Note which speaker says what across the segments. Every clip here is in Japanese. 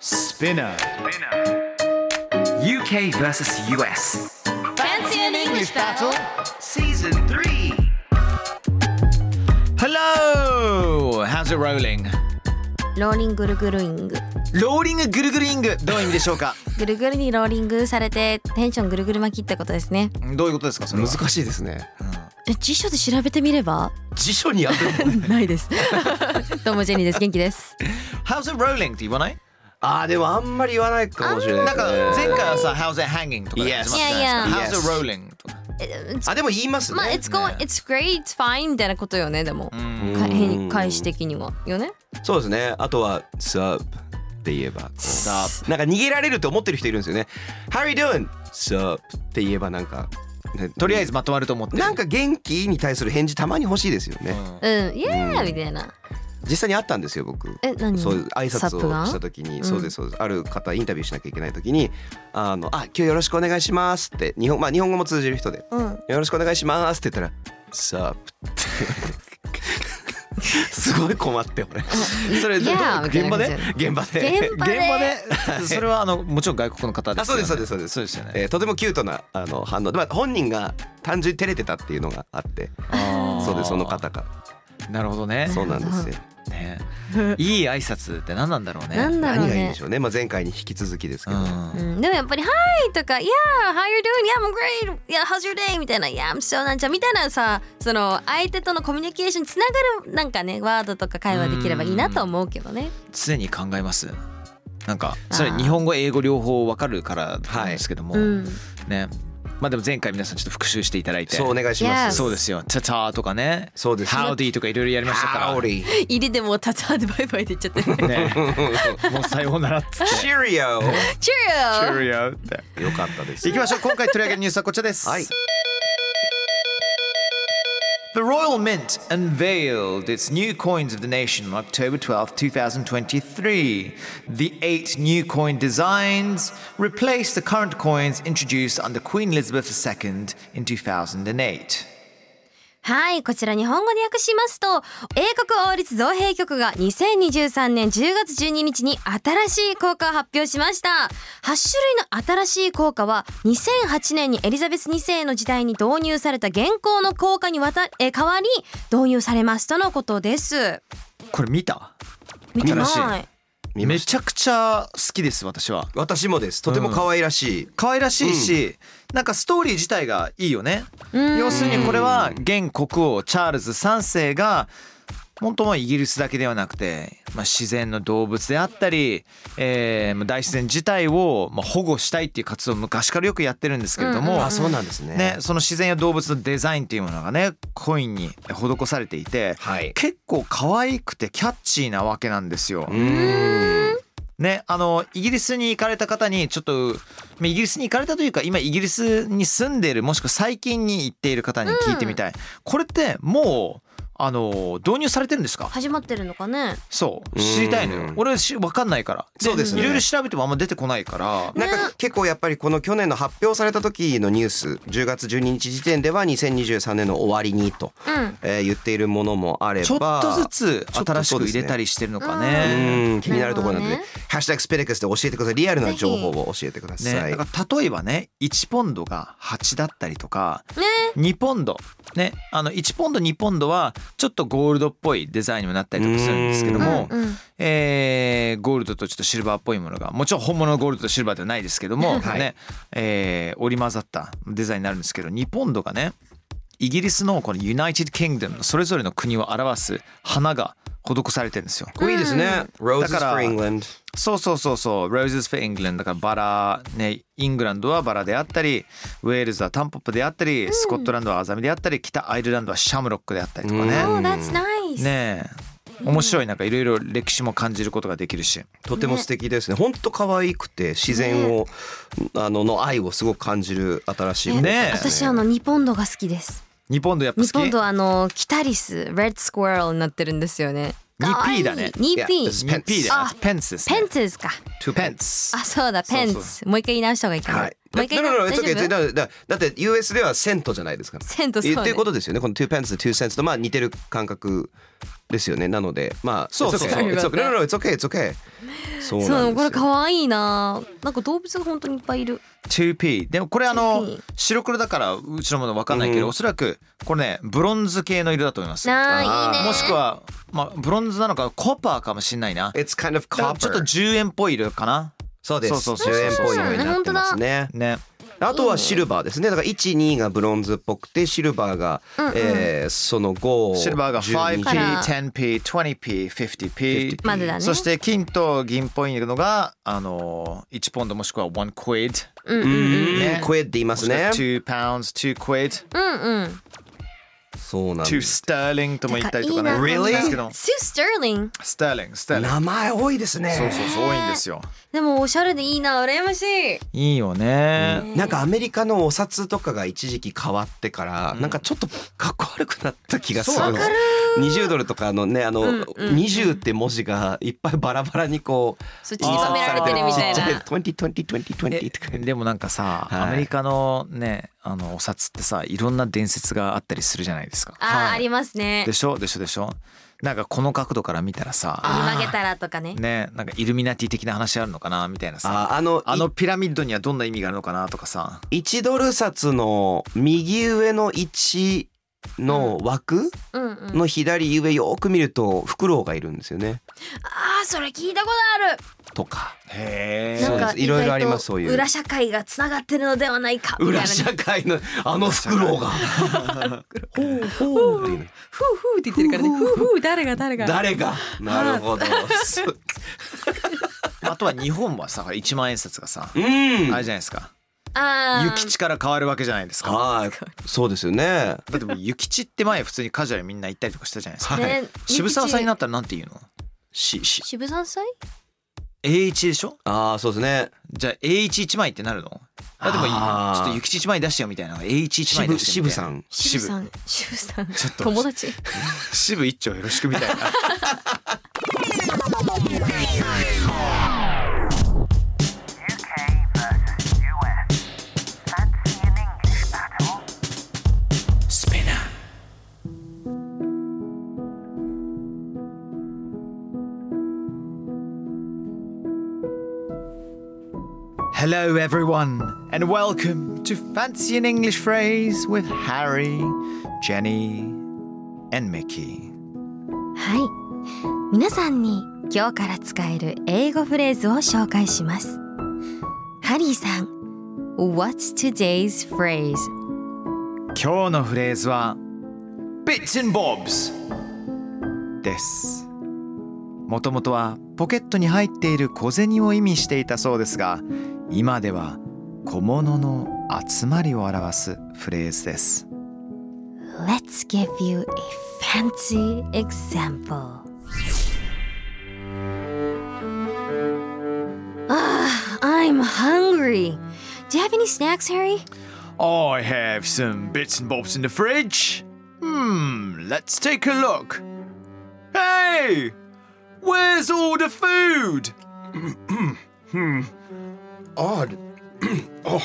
Speaker 1: Spinner
Speaker 2: UK versus US
Speaker 3: Fancy an English battle
Speaker 2: Season 3 Hello! How's it rolling?
Speaker 4: ローリングルグルイング
Speaker 1: ローリングぐるぐるイングどういう意味でしょうか
Speaker 4: ぐるぐるにローリングされてテンションぐるぐる巻きってことですね
Speaker 1: どういうことですかそれは
Speaker 5: 難しいですね
Speaker 4: え辞書で調べてみれば
Speaker 1: 辞書にあ る
Speaker 4: ないですどうもジェニーです元気です
Speaker 2: How's it rolling? って言わない
Speaker 5: あーでもあんまり言わないかもしれない
Speaker 2: なん
Speaker 5: ですね
Speaker 2: か前回はさ How's it hanging? とかで
Speaker 5: Yes
Speaker 2: 始まったじゃないですか
Speaker 5: Yes
Speaker 2: How's it rolling? とか
Speaker 5: あでも言いますね
Speaker 4: まあ It's going It's great It's fine みたいなことよねでも
Speaker 2: う、ん
Speaker 4: か変返し的にはよね
Speaker 5: そうですねあとは「Sup」って言えば「Sup」なんか逃げられると思ってる人いるんですよね「How are you doing?」「Sup」って言えばなんか、ね、
Speaker 2: と
Speaker 5: と
Speaker 2: り
Speaker 5: り
Speaker 2: あ
Speaker 5: あ
Speaker 2: え
Speaker 5: え
Speaker 2: ず
Speaker 5: ず
Speaker 2: まとまると思ってる
Speaker 5: なんか元気に対する返事たまに欲しいですよね、
Speaker 2: うん
Speaker 4: うん Yeah みたいな
Speaker 5: 実際にあったんですよ僕
Speaker 4: え何
Speaker 5: そういう挨
Speaker 4: サッ
Speaker 5: 拶
Speaker 4: プが
Speaker 5: をした時に
Speaker 4: ん
Speaker 5: そうですそうですある方インタビューしなきゃいけない時に「あのあ今日よろしくお願いします」って日本,、まあ、日本語も通じる人で
Speaker 4: うん
Speaker 5: よろしくお願いしますって言ったら、サープって。 すごい困って俺。 それど
Speaker 4: Yeah
Speaker 5: ど現場で
Speaker 4: みたいな
Speaker 5: 現
Speaker 4: 感
Speaker 5: 場で。
Speaker 4: 現場
Speaker 2: 現
Speaker 4: で
Speaker 2: 場でそれ はあのもちろん外国の方で
Speaker 5: あ
Speaker 2: す
Speaker 5: そ
Speaker 2: よ
Speaker 5: う
Speaker 2: ね
Speaker 5: ですそうですそうです
Speaker 2: そうですよね
Speaker 5: えーとてもキュートなあの反応で、まあ、本人が単純に照れてたっていうのがあって
Speaker 2: あー
Speaker 5: そうですその方が
Speaker 2: なるほどね
Speaker 5: そうなんですよ
Speaker 2: ねいい挨拶って何なんだろうね
Speaker 4: なんだろう
Speaker 5: 何がいいん
Speaker 4: ね
Speaker 5: でしょうね、まあ、前回に引き続きですけ
Speaker 2: う
Speaker 5: ど、
Speaker 4: うんん、でもやっぱり「Hi」とか「Yeah how you doing? Yeah I'm great Yeah how's your day?」みたいな「Yeah I'm so なんちゃ」みたいなさその相手とのコミュニケーションにつながるなんかねワードとか会話できればいいなと思うけどね
Speaker 2: 常に考えますなんか
Speaker 4: あー
Speaker 2: それ日本語英語両方わかるからなんですけども、
Speaker 4: うん
Speaker 2: ねまあでも前回皆さんちょっと復習していただいて
Speaker 5: そうお願いします
Speaker 4: Yes
Speaker 2: そうですよ「タタ」とかね「
Speaker 5: そうです
Speaker 2: Howdy」とかいろいろやりましたか
Speaker 5: ハ
Speaker 2: ら
Speaker 5: オリー
Speaker 4: 入りでもうタタでバイバイって言っちゃって「
Speaker 2: ね、 もうさようならっつって
Speaker 5: チ e リ オ
Speaker 4: チュー
Speaker 2: Cheerio って
Speaker 5: よかったです
Speaker 2: いきましょう今回取り上げるニュースはこちらです、
Speaker 5: はい
Speaker 2: The Royal Mint unveiled its new coins of the nation on October 12, 2023. The eight new coin designs replaced the current coins introduced under Queen Elizabeth II in 2008.
Speaker 4: はいこちら日本語で訳しますと英国王立造幣局が2023年10月12日に新しい効果を発表しました8種類の新しい効果は2008年にエリザベス2世の時代に導入された現行の効果にわたえ代わり導入されますとのことです
Speaker 2: これ見た
Speaker 4: 見てない
Speaker 2: 新しい
Speaker 5: 見ま
Speaker 2: め
Speaker 5: し
Speaker 2: ちゃくちゃ好きです私は
Speaker 5: た私もですとても可愛らしい、
Speaker 2: 可愛らしいし、なんかストーリー自体がいいよね要するにこれは現国王チャールズ3世が本当はイギリスだけではなくて、まあ、自然の動物であったり、えーまあ大自然自体をまあ保護したいっていう活動を昔からよくやってるんですけれども、
Speaker 5: あそうなんですね
Speaker 2: ね、その自然や動物のデザインっていうものがねコインに施されていて、
Speaker 5: はい
Speaker 2: 結構可愛くてキャッチーなわけなんですよ。
Speaker 5: うーん
Speaker 2: ね、あのイギリスに行かれた方にちょっとまあイギリスに行かれたというか今イギリスに住んでいるもしくは最近に行っている方に聞いてみたい、これってもうあの導入されてるんですか
Speaker 4: 始まってるのかね
Speaker 2: そ
Speaker 5: う
Speaker 2: う
Speaker 5: ん
Speaker 2: 知りたいのよ俺し分かんないから
Speaker 5: そうですね
Speaker 2: いろいろ調べてもあんま出てこないか
Speaker 5: な
Speaker 2: ら
Speaker 5: んか結構やっぱりこの去年の発表された時のニュース10月12日時点では2023年の終わりにと、
Speaker 4: うん
Speaker 5: えー言っているものもあれば
Speaker 2: ちょっとずつ
Speaker 5: ちょっとそう
Speaker 2: 新しく入れたりしてるのかね
Speaker 5: う
Speaker 2: ね
Speaker 5: ーん気になるところなんでね
Speaker 4: なるほ
Speaker 5: 「ハッシュタグスペレックス」で教えてくださいリアルな情報を教えてください、
Speaker 2: だから例えばね1ポンドが8だったりとか
Speaker 4: ね
Speaker 2: 2ポンドねあの1ポンド2ポンドはちょっとゴールドっぽいデザインにもなったりとかするんですけども、
Speaker 4: うんうん
Speaker 2: えーゴールドとちょっとシルバーっぽいものがもちろん本物のゴールドとシルバーではないですけども、
Speaker 5: はい
Speaker 2: ねえー織り交ざったデザインになるんですけど2ポンドがねイギリスのこのユナイテッド・キングダムのそれぞれの国を表す花が施されてるんですよ。
Speaker 5: これいいですね「Roses
Speaker 2: だから
Speaker 5: for England
Speaker 2: そうそうそうそう Roses for England だからバラねイングランドはバラであったりウェールズはタンポポであったりスコットランドはアザミであったり北アイルランドはシャムロックであったりとかね、
Speaker 4: Oh that's nice
Speaker 2: ねえ面白いなんかいろいろ歴史も感じることができるし
Speaker 5: とても素敵ですね。本当可愛くて自然を、あのの愛をすごく感じる新しい
Speaker 4: え
Speaker 5: 効果
Speaker 2: ね
Speaker 5: です
Speaker 4: 私あの2ポンドが好きです
Speaker 2: 2ポンドやっぱ好
Speaker 4: 2
Speaker 2: き
Speaker 4: ポンドあのキタリス Red Squirrel になってるんですよね
Speaker 2: 2P だね
Speaker 4: 2P
Speaker 5: いや
Speaker 2: 2P だ
Speaker 4: あ
Speaker 2: ねペンツですね
Speaker 4: ペンツですか
Speaker 2: 2ペンツ
Speaker 4: あそうだペンツもう一回言い直した方がいいかな、
Speaker 5: はい。
Speaker 4: もう一回
Speaker 5: No, no, no, it's
Speaker 4: 大
Speaker 5: okay.
Speaker 4: 丈夫
Speaker 5: It's- no, だだって US ではセントじゃないですから。
Speaker 4: セントそうね
Speaker 5: っていうことですよね。この two pence to two cents とまあ似てる感覚ですよね。なのでまあ
Speaker 2: そうそう
Speaker 5: it's okay. It's
Speaker 4: Sorry about
Speaker 5: okay. No, no, no, it's okay. It's okay. そう
Speaker 4: そう
Speaker 5: なん
Speaker 4: これ
Speaker 5: ですよ。
Speaker 4: 可愛いななんか動物が本当にいっぱいいる
Speaker 2: 2P でもこれあの
Speaker 4: 2P
Speaker 2: 白黒だからうちのもの分かんないけど、
Speaker 5: うん
Speaker 2: おそらくこれねブロンズ系の色だと思います
Speaker 4: な
Speaker 5: あ
Speaker 4: あ
Speaker 5: ー
Speaker 4: いいね
Speaker 2: もしくは、まあ、ブロンズなのかコパーかもしんないな
Speaker 5: It's kind of
Speaker 2: だから
Speaker 5: copper.
Speaker 2: ちょっと10円っぽい色かな
Speaker 5: そうです。
Speaker 2: そうそうそう
Speaker 5: 10円っぽい色になってますね。
Speaker 2: ね
Speaker 5: あとはシルバーですね。だから1、2がブロンズっぽくて、シルバーが、えーその5、
Speaker 2: シルバーが
Speaker 5: 12
Speaker 2: 5P、10P、20P、50P
Speaker 4: までだね
Speaker 2: そして金と銀っぽいのがあのー1ポンドもしくは1 quid
Speaker 4: うんう
Speaker 5: うんん、
Speaker 2: ね
Speaker 5: クエって言いま
Speaker 2: もし
Speaker 5: す
Speaker 2: くは
Speaker 5: ね。
Speaker 2: 2 pounds、2 quid、
Speaker 4: うんうん
Speaker 5: そうなん
Speaker 2: 2
Speaker 5: です。
Speaker 2: sterling とも言ったりとかね
Speaker 4: だからいいなこんな
Speaker 2: ですけど
Speaker 4: Sue Sterling
Speaker 2: sterling、sterling
Speaker 5: 名前多いですね。
Speaker 2: そうそうそう多いんですよ
Speaker 4: でもおしゃれでいいな羨ましい
Speaker 2: いいよね
Speaker 5: なんかアメリカのお札とかが一時期変わってから、なんかちょっとかっこ悪くなった気がするの。20ドルとかのねあの、
Speaker 4: んうん
Speaker 5: 20って文字がいっぱいバラバラにこう
Speaker 4: そうちりばめられてるみたい
Speaker 5: ちっちゃ
Speaker 4: な
Speaker 5: 20202020とか
Speaker 2: でもなんかさ、
Speaker 5: はい
Speaker 2: アメリカのねあのお札ってさいろんな伝説があったりするじゃないですか。
Speaker 4: あーありますね
Speaker 2: でしょでしょでしょなんかこの角度から見たらさ
Speaker 4: 曲げたらとかね
Speaker 2: ねなんかイルミナティ的な話あるのかなみたいなさ
Speaker 5: ああの
Speaker 2: あのピラミッドにはどんな意味があるのかなとかさ
Speaker 5: 1ドル札の右上の1の枠
Speaker 4: うんうん
Speaker 5: の左上よく見るとフクロウがいるんですよね
Speaker 4: あーそれ聞いたことある
Speaker 5: とか
Speaker 2: へ
Speaker 4: なん
Speaker 5: そう
Speaker 4: か
Speaker 5: ですいろいろありますそういう
Speaker 4: 意外と裏社会がつながってるのではないかみたいな
Speaker 5: 裏社会のあのフクロウがほうほうっていう
Speaker 4: ふうふうって言ってるからねふうふう誰が誰が
Speaker 5: 誰がなるほどそう
Speaker 2: あとは日本はさほら1万円札がさ、
Speaker 5: うん
Speaker 2: あれじゃないですか
Speaker 4: あー
Speaker 2: 諭吉から変わるわけじゃないですか。
Speaker 5: はいそうですよね
Speaker 2: だってもう諭吉って前普通にカジュアルにみんな行ったりとかしたじゃないですか。
Speaker 5: はい
Speaker 4: ね
Speaker 2: 渋沢さんになったらなんて言うの
Speaker 5: しし
Speaker 4: 渋沢さん
Speaker 2: ?A1 でしょ
Speaker 5: ああそうですね
Speaker 2: じゃあ A11 枚ってなるのあでもいいよ
Speaker 5: あー
Speaker 2: ちょっと諭吉1枚出してよみたいなのが A11
Speaker 5: 渋
Speaker 2: 枚出して
Speaker 5: 渋さ
Speaker 2: ん
Speaker 5: ん
Speaker 4: 渋
Speaker 2: 渋
Speaker 4: さん渋さん
Speaker 2: ちょっと
Speaker 4: 友達
Speaker 2: 渋一丁よろしくみたいな
Speaker 6: UK versus US. Fancy an English battle?
Speaker 2: Hello everyone and welcome to Fancy an English Phrase with Harry, Jenny and Mickey
Speaker 4: はい皆さんに今日から使える英語フレーズを紹介しますハリーさん What's today's phrase?
Speaker 2: 今日のフレーズは Bits and Bobs ですもともとはポケットに入っている小銭を意味していたそうですが今では小物の集まりを表すフレーズです
Speaker 4: Let's give you a fancy example ああ、I'm hungry Do you have any snacks, Harry?
Speaker 2: I have some bits and bobs in the fridge. Hmm, let's take a look. Hey! Where's all the food?
Speaker 7: odd. oh,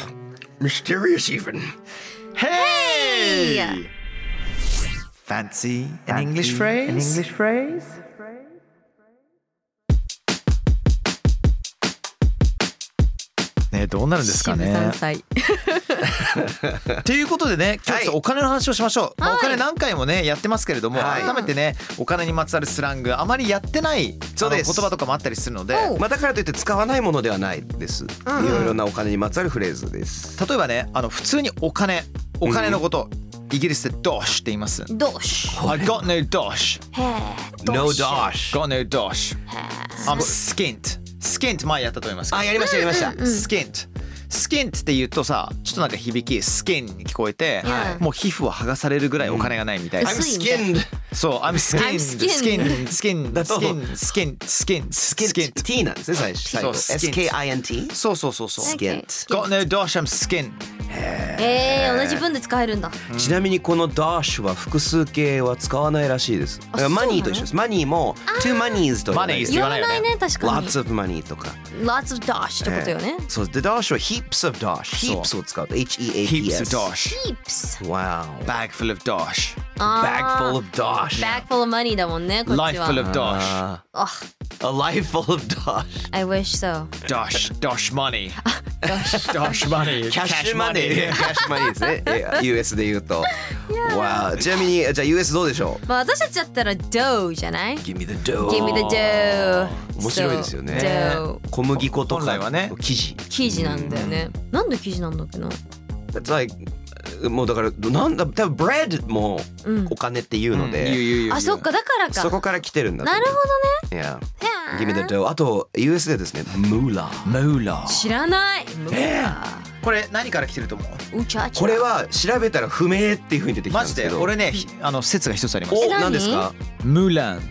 Speaker 7: mysterious even.
Speaker 2: Hey! Fancy an English phrase? An English phrase? ね、どうなるんですかね。
Speaker 4: 歳
Speaker 2: ということでね今日ちょっとお金の話をしましょう、まあ
Speaker 4: はい
Speaker 2: お金何回もねやってますけれども、
Speaker 5: はい
Speaker 2: 改めてねお金にまつわるスラングあまりやってない
Speaker 5: そうです
Speaker 2: あの言葉とかもあったりするので
Speaker 4: おう
Speaker 5: まあだからといって使わないものではないです。いろいろなお金にまつわるフレーズです。
Speaker 2: 例えばねあの普通にお金お金のこと、イギリスでドッシュって言います
Speaker 4: どうし
Speaker 2: I got no dosh
Speaker 4: へえ
Speaker 5: No dash。
Speaker 2: got no dosh I'm skint skint 前やったと思いますけど
Speaker 5: あやりましたやりました。
Speaker 2: skint スキンって言うとさちょっとなんか響きスキンに聞こえて、
Speaker 4: はい
Speaker 2: もう皮膚は剥がされるぐらいお金がないみたいな、
Speaker 4: 薄いみたい
Speaker 5: skinned
Speaker 2: そう I'm
Speaker 4: I'm
Speaker 2: skinned skinned
Speaker 4: skinned
Speaker 2: skinned
Speaker 5: だと
Speaker 2: skinned skinned skinned skinned
Speaker 5: T なんですね最初最後
Speaker 2: そう
Speaker 5: SKINT
Speaker 2: そうそうそうそう
Speaker 4: Skinned
Speaker 2: Got no dash I'm skinned
Speaker 4: えー、同じ文で使えるんだ
Speaker 5: ちなみにこのダッシュは複数形は使わないらしいです。だから
Speaker 4: そうな
Speaker 5: マ
Speaker 4: の
Speaker 5: ニーと一緒です。マニーも two monies と言わないです。
Speaker 4: 言わないね確かに
Speaker 5: lots of money とか。
Speaker 4: Lots of dash ってことよね、
Speaker 5: そう。で、ダッシュは heaps of dash。
Speaker 2: そう
Speaker 5: heaps を使うと H-E-A-P-S。
Speaker 2: heaps of dash
Speaker 4: Heaps
Speaker 5: Wow.
Speaker 2: bag full of dash
Speaker 4: あ
Speaker 5: Bagful
Speaker 4: ー
Speaker 5: of dash.
Speaker 4: Bag full of money だもんねこっち
Speaker 2: life
Speaker 4: は
Speaker 2: full of dash
Speaker 5: あ
Speaker 4: Ah,
Speaker 5: A life full of dash.
Speaker 4: I wish so
Speaker 2: dash dash money dash money
Speaker 5: キャッシュマネー。キャッシュマネーですね。え US で言うと。Wow. ちなみに、じゃあ US どうでしょう
Speaker 4: まあ私たちだったら dough じゃない
Speaker 5: ?Give me the dough.
Speaker 4: Give me the dough
Speaker 5: 面白いですよね
Speaker 4: So, dough
Speaker 5: 小麦粉とか
Speaker 2: 本来はね
Speaker 5: 生地。
Speaker 4: 生地なんだよねなんで生地なんだっけな
Speaker 5: That's like もうだからなんだ多分 bread も
Speaker 4: うん
Speaker 5: お金っていうので、
Speaker 4: あそっかだからか
Speaker 5: そこから来てるんだと
Speaker 4: な
Speaker 5: 思う
Speaker 4: るほどね
Speaker 5: いや
Speaker 4: Yeah
Speaker 5: Give me the dough あと US でですねムーラー
Speaker 4: 知らないえ
Speaker 2: これ何から来てると思う
Speaker 4: うちゃちゃ
Speaker 5: これは調べたら不明っていうふうに出てきたん
Speaker 2: マ
Speaker 5: で
Speaker 2: ジ
Speaker 5: すけ
Speaker 2: で
Speaker 5: ど
Speaker 2: 俺ねひあの説が一つあります
Speaker 5: お
Speaker 4: え何
Speaker 5: 何ですか
Speaker 2: ムーラン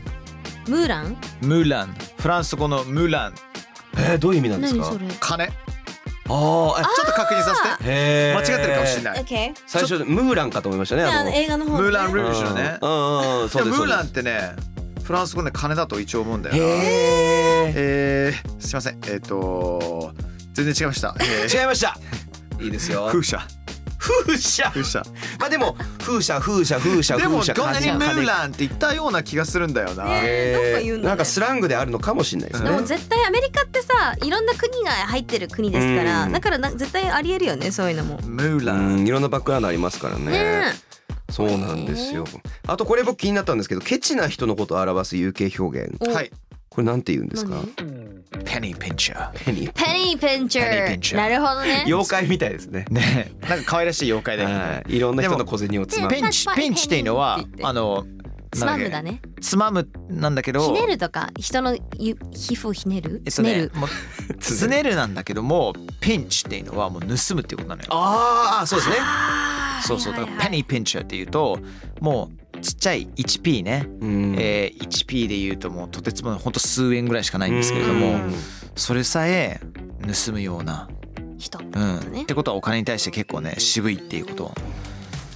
Speaker 4: ムーラン
Speaker 2: ムーランフランス語のムーラン
Speaker 5: えー、どういう意味なんです
Speaker 4: 何
Speaker 5: か
Speaker 4: それ
Speaker 2: 金
Speaker 5: ああ
Speaker 2: ちょっと確認させて
Speaker 5: へえ
Speaker 2: 間違ってるかもしれ
Speaker 5: い
Speaker 2: ない
Speaker 4: OK
Speaker 5: 最初ムーランかと思いましたね
Speaker 4: あの映画の方
Speaker 2: ムーランル
Speaker 5: ム
Speaker 2: ージュのね
Speaker 5: うんうんうんそう
Speaker 2: で
Speaker 5: で
Speaker 2: も
Speaker 5: す
Speaker 2: ム
Speaker 5: そう
Speaker 2: ー
Speaker 5: で
Speaker 2: ランっ
Speaker 5: す
Speaker 2: てねフランス語で金だと一応思うんだよな
Speaker 5: へ
Speaker 2: えー、すいませんえっ、と全然違いました、え
Speaker 5: え違いましたいいです
Speaker 2: ー、
Speaker 5: よ
Speaker 2: 風車
Speaker 5: 風車
Speaker 2: 風車
Speaker 5: まあでも風車風車風車
Speaker 2: でも
Speaker 5: 風車
Speaker 2: どんなに
Speaker 5: 風
Speaker 2: ム
Speaker 5: 車
Speaker 2: ーランって言ったような気がするんだよな、
Speaker 4: えーなんか言うんだね
Speaker 5: なんかスラングであるのかもしれないです
Speaker 4: で
Speaker 5: ね
Speaker 4: も。絶対アメリカってさいろんな国が入ってる国ですから
Speaker 5: うん
Speaker 4: だからな絶対ありえるよねそういうのも
Speaker 2: ムーラ
Speaker 5: う
Speaker 2: ン、
Speaker 5: ん、いろんなバックグラウンドありますからね。
Speaker 4: ね
Speaker 5: そうなんですよ。あとこれ僕気になったんですけど、ケチな人のことを表す有形表現。
Speaker 4: お
Speaker 2: はい
Speaker 5: これなんて言うんですか？
Speaker 2: ペニーピンチャ
Speaker 5: ペニー。
Speaker 4: ペニーピンチ
Speaker 2: ペニー
Speaker 4: ャ
Speaker 2: ピンチャー
Speaker 4: ーなるほどね
Speaker 5: 妖怪みたいですね。
Speaker 2: ーねえなんか可愛らしい妖怪だよ
Speaker 5: は
Speaker 2: ね
Speaker 5: い。いろんな人の小銭をつまむ
Speaker 2: ペ。ンチペンチっていうのはあの
Speaker 4: つまむだ
Speaker 2: ね
Speaker 4: ね
Speaker 2: つまむなんだけど
Speaker 4: ひねるとか人のゆ皮膚をひねる
Speaker 2: えっ
Speaker 4: ひ
Speaker 2: と
Speaker 4: ね
Speaker 2: ね
Speaker 4: る
Speaker 2: もう つねるなんだけどもピンチっていうのはもう盗むっていうことなのよ
Speaker 5: ああ、そうですね。
Speaker 2: そうそう
Speaker 4: は
Speaker 2: だ
Speaker 4: い
Speaker 2: か
Speaker 4: はい
Speaker 2: ら
Speaker 4: はい
Speaker 2: ペニーピンチャーっていうともうちっちゃい 1P ね、
Speaker 5: うん
Speaker 2: えー 1P でいうともうとてつもないほんと数円ぐらいしかないんですけれど
Speaker 5: う
Speaker 2: も
Speaker 5: ん
Speaker 2: それさえ盗むような、
Speaker 4: 人
Speaker 2: うん
Speaker 4: ね
Speaker 2: ってことはお金に対して結構ね渋いっていうことを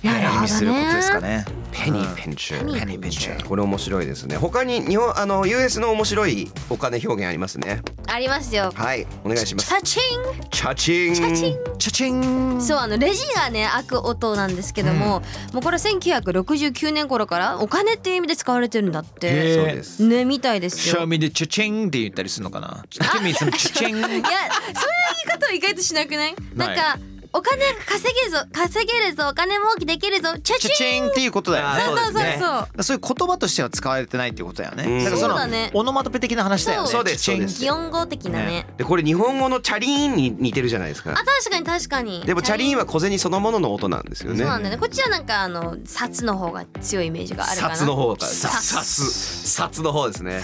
Speaker 4: なる
Speaker 2: 意味
Speaker 4: ほ
Speaker 2: す
Speaker 4: ど
Speaker 2: ることですか
Speaker 4: ね
Speaker 2: ね。
Speaker 5: ペニーペンチャー。
Speaker 2: ペニーピンチャー
Speaker 5: これ面白いですね。他に日本あの US の面白いお金表現ありますね。
Speaker 4: ありますよ
Speaker 5: はい、お願いします。
Speaker 4: パチン
Speaker 5: チャチン。チャチン。
Speaker 2: チャチン
Speaker 4: そうあのレジがね開く音なんですけども、もうこれ1969年頃からお金っていう意味で使われてるんだっ
Speaker 2: へ
Speaker 4: て
Speaker 2: ー
Speaker 5: そうです。
Speaker 4: ねみたいですよ
Speaker 2: Show me the チャチンって言ったりするのかな Give me some チャチン
Speaker 4: い やそういう言い方は意外としなくないなんかお金稼げぞ稼げるぞお金儲けできるぞチャ
Speaker 2: チ
Speaker 4: チ
Speaker 2: ャチ
Speaker 4: ン
Speaker 2: ンっていうことだよね。
Speaker 4: そうそ
Speaker 5: あー
Speaker 4: うそうそう
Speaker 2: だからそういう言葉としては使われてないっていうことだよね。
Speaker 5: うん
Speaker 2: だ
Speaker 5: そ
Speaker 2: から
Speaker 5: う
Speaker 2: その
Speaker 4: だね
Speaker 2: オノマトペ的な話だよね。
Speaker 4: そう
Speaker 5: ですそうです
Speaker 4: 擬音語的なね
Speaker 5: でこれ日本語のチャリーンに似てるじゃないですか
Speaker 4: あ。確かに確かに
Speaker 5: でもチャリーンは小銭そのものの音なんですよ
Speaker 4: そう
Speaker 5: ね。
Speaker 4: なんだよねこっちはなんかあの札の方が強いイメージがあるかな
Speaker 5: 札の方から。
Speaker 4: 札
Speaker 5: 札札の方ですね。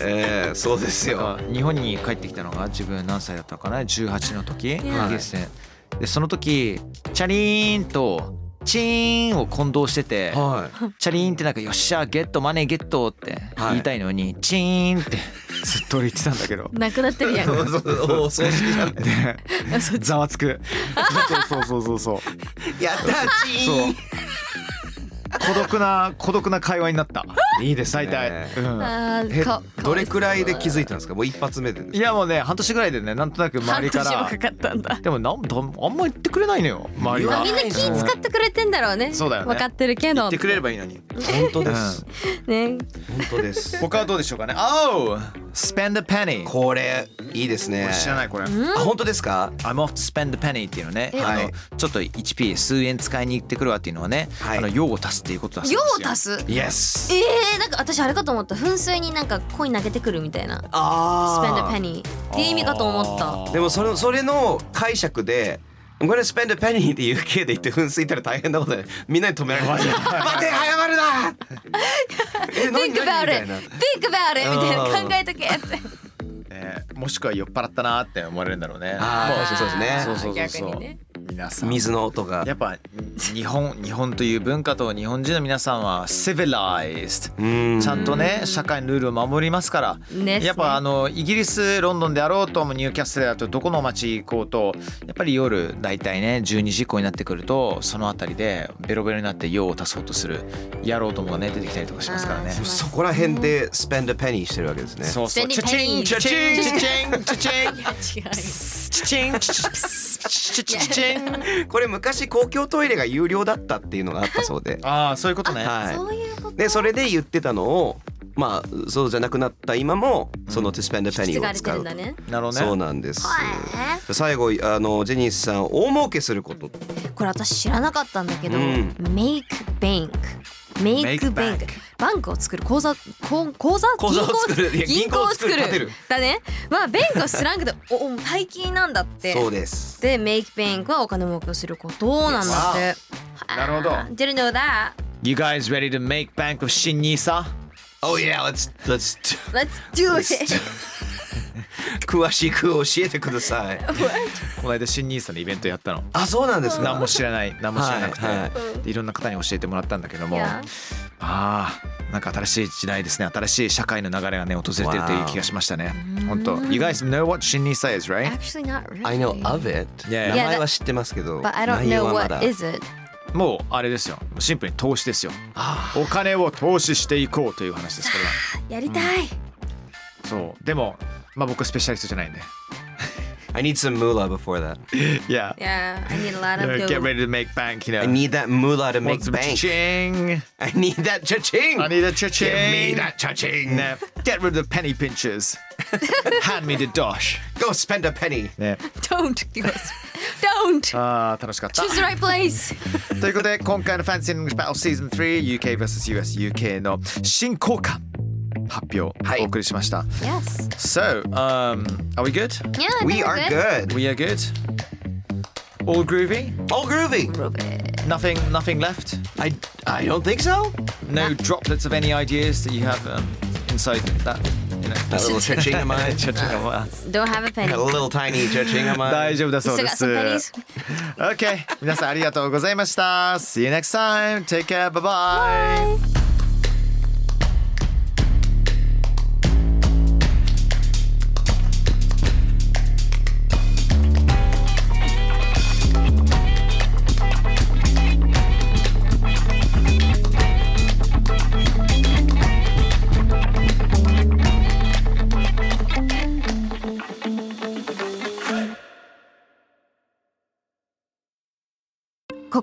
Speaker 5: ええそうですよ。
Speaker 2: なんか日本に帰ってきたのが自分何歳だったかな18の時イギリスででその時チャリーンとチーンを混同してて、
Speaker 5: はい。
Speaker 2: チャリーンってなんか「よっしゃゲットマネーゲット」って言いたいのに、チーンってずっと俺言ってたんだ けど
Speaker 4: なくなっ てるやん
Speaker 5: お葬式じゃない。
Speaker 2: ざわつくそうそうそうそうそう
Speaker 5: やったーチ
Speaker 2: そ
Speaker 5: ー
Speaker 2: う孤独な孤独な会話になった
Speaker 5: ン。いいです
Speaker 2: 大体、うん
Speaker 4: あー
Speaker 5: え
Speaker 4: か
Speaker 5: どれくらいで気づいたんですか。もう一発目でです。
Speaker 2: いやもうね半年ぐらいでねなんとなく周りから
Speaker 4: 半年もかかったんだ
Speaker 2: でもなんだあんま言ってくれないのよ周り
Speaker 4: まあ
Speaker 2: は
Speaker 4: みんな気使ってくれてんだろうね
Speaker 2: そうだよね
Speaker 4: 分かってるけ
Speaker 2: 言
Speaker 4: ど
Speaker 2: ってくれればいいのに
Speaker 5: 本当です。
Speaker 4: ね
Speaker 5: 本当です。
Speaker 2: 他はどうでしょうかね Oh! Spend a penny
Speaker 5: これいいですね。
Speaker 2: 知らないこれ
Speaker 5: あ本当ですか。
Speaker 2: I'm off to spend a penny っていうのね、
Speaker 5: はい
Speaker 2: あのちょっと 1P 数円使いに行ってくるわっていうのはね、
Speaker 5: はい
Speaker 2: あの用を足すっていうことだそう
Speaker 4: 用
Speaker 2: ですよ
Speaker 4: を足す
Speaker 5: Yes。
Speaker 4: えー、なんか私あれかと思った噴水になんかコイン投げてくるみたいな
Speaker 5: ああ。
Speaker 4: spend a penny っていう意味かと思った
Speaker 5: でもそれそれの解釈で「I'm gonna spend a penny」って UK で言って噴水いたら大変なことでみんなに止められる 待て謝る なえ
Speaker 4: Think about
Speaker 5: みたい
Speaker 4: it
Speaker 5: な
Speaker 4: Think about it みたいな考えとけって
Speaker 2: えーもしくは酔っ払ったなって思われるんだろうね
Speaker 5: あー
Speaker 2: もう
Speaker 5: 確かにそうですね
Speaker 2: そうそうそう
Speaker 4: 逆
Speaker 2: そう
Speaker 4: にね
Speaker 2: 皆さん
Speaker 5: 水の音が
Speaker 2: やっぱ日本日本という文化と日本人の皆さんはシビライズ
Speaker 5: うーん
Speaker 2: ちゃんとね社会のルールを守りますから、
Speaker 4: ね
Speaker 2: やっぱあのイギリスロンドンであろうともニューキャッスルだとどこの街行こうとやっぱり夜大体ね12時以降になってくるとその辺りでベロベロになって用を足そうとする野郎どもがね出てきたりとかしますからね
Speaker 4: あー。そう
Speaker 5: そこら辺でスペンドペニーしてるわけですね
Speaker 2: そうそう。
Speaker 4: Spending
Speaker 2: チチン
Speaker 4: pennies
Speaker 2: チチンチチンチチン
Speaker 4: 違う
Speaker 2: チチンチチチチチチン。
Speaker 5: これ昔公共トイレが有料だったっていうのがあったそうで
Speaker 2: ああそういうことね。
Speaker 5: はい
Speaker 4: そういうこと
Speaker 5: でそれで言ってたのをまあそうじゃなくなった今もその to spend a
Speaker 4: 質
Speaker 5: penny
Speaker 4: が
Speaker 5: を
Speaker 4: 荒れて
Speaker 5: 使
Speaker 4: る
Speaker 5: うん
Speaker 4: だね
Speaker 2: なるほ
Speaker 5: そう
Speaker 2: どね。
Speaker 5: なんです最後あのジェニーさん大儲けすること
Speaker 4: これ私知らなかったんだけど、
Speaker 5: うん
Speaker 4: メイクベンクメイク
Speaker 2: Make
Speaker 4: ベンク
Speaker 2: bank
Speaker 4: バンクを作る口座こん口座
Speaker 5: 口座を作るいや
Speaker 4: 銀行を作る
Speaker 5: 銀行を作る立てる
Speaker 4: だねはベンクはスラングでおお大金なんだって
Speaker 5: そうです
Speaker 4: でメイクベンクはお金儲けをすることなんだって
Speaker 2: なるほど
Speaker 4: ジェルノーだ
Speaker 2: You guys ready to make bank of 新ニーサ？
Speaker 5: Oh yeah let's let's do-
Speaker 4: Let's do it
Speaker 5: 詳しく教えてください
Speaker 2: この間新ニーサのイベントやったの。
Speaker 5: あそうなんです
Speaker 2: 何
Speaker 5: か
Speaker 2: も知らない何も知らなくて、
Speaker 5: はい
Speaker 2: い
Speaker 5: はい
Speaker 2: でいろんな方に教えてもらったんだけども、
Speaker 4: Yeah.
Speaker 2: ああなんか新しい時代ですね新しい社会の流れがね訪れてるという気がしましたね本当 You guys know what 新 NISA is right?
Speaker 4: Actually not really
Speaker 5: I know of it
Speaker 2: Yeah, yeah.
Speaker 5: 名前は知ってますけど
Speaker 4: But I don't
Speaker 5: 内
Speaker 4: know
Speaker 5: 容はま
Speaker 4: what
Speaker 5: だ
Speaker 4: is it
Speaker 2: もうあれですよシンプルに投資ですよお金を投資していこうという話ですこれは
Speaker 4: やりたい、
Speaker 2: そうでもまあ僕スペシャリストじゃないんで
Speaker 5: I need some moolah before that
Speaker 2: Yeah
Speaker 4: Yeah, I need a lot of
Speaker 2: Get
Speaker 4: dough.
Speaker 2: ready to make bank you
Speaker 5: I
Speaker 2: know
Speaker 5: need that moolah to
Speaker 2: Want
Speaker 5: make
Speaker 2: some
Speaker 5: bank
Speaker 2: cha-ching
Speaker 5: I need that cha-ching
Speaker 2: I need a cha-ching
Speaker 5: Give me that cha-ching
Speaker 2: No. Get rid of the penny pinchers Hand me the dosh
Speaker 5: Go spend a penny
Speaker 2: ね
Speaker 4: Don't って言います Don't
Speaker 2: ああ楽しかった
Speaker 4: choose the right place
Speaker 2: ということで今回の Fancy English Battle Season 3 UK vs US UK の新交換発表をお送りしました、
Speaker 4: Yes
Speaker 2: So, um, are we good?
Speaker 4: Yeah, I
Speaker 5: We
Speaker 4: think we're
Speaker 5: are good
Speaker 2: We are good? All groovy?
Speaker 5: All groovy
Speaker 2: Nothing nothing left?
Speaker 5: I I don't think so
Speaker 2: No droplets of any ideas that you have um, inside that, you know,
Speaker 5: That little cha-ching of mine
Speaker 4: Don't have a penny
Speaker 5: Got a little tiny cha-ching of mine
Speaker 2: 大丈夫だそう
Speaker 4: Still
Speaker 2: で
Speaker 4: got
Speaker 2: す
Speaker 4: some pennies
Speaker 2: OK 皆さんありがとうございました See you next time Take care Bye bye.
Speaker 3: Podcast こ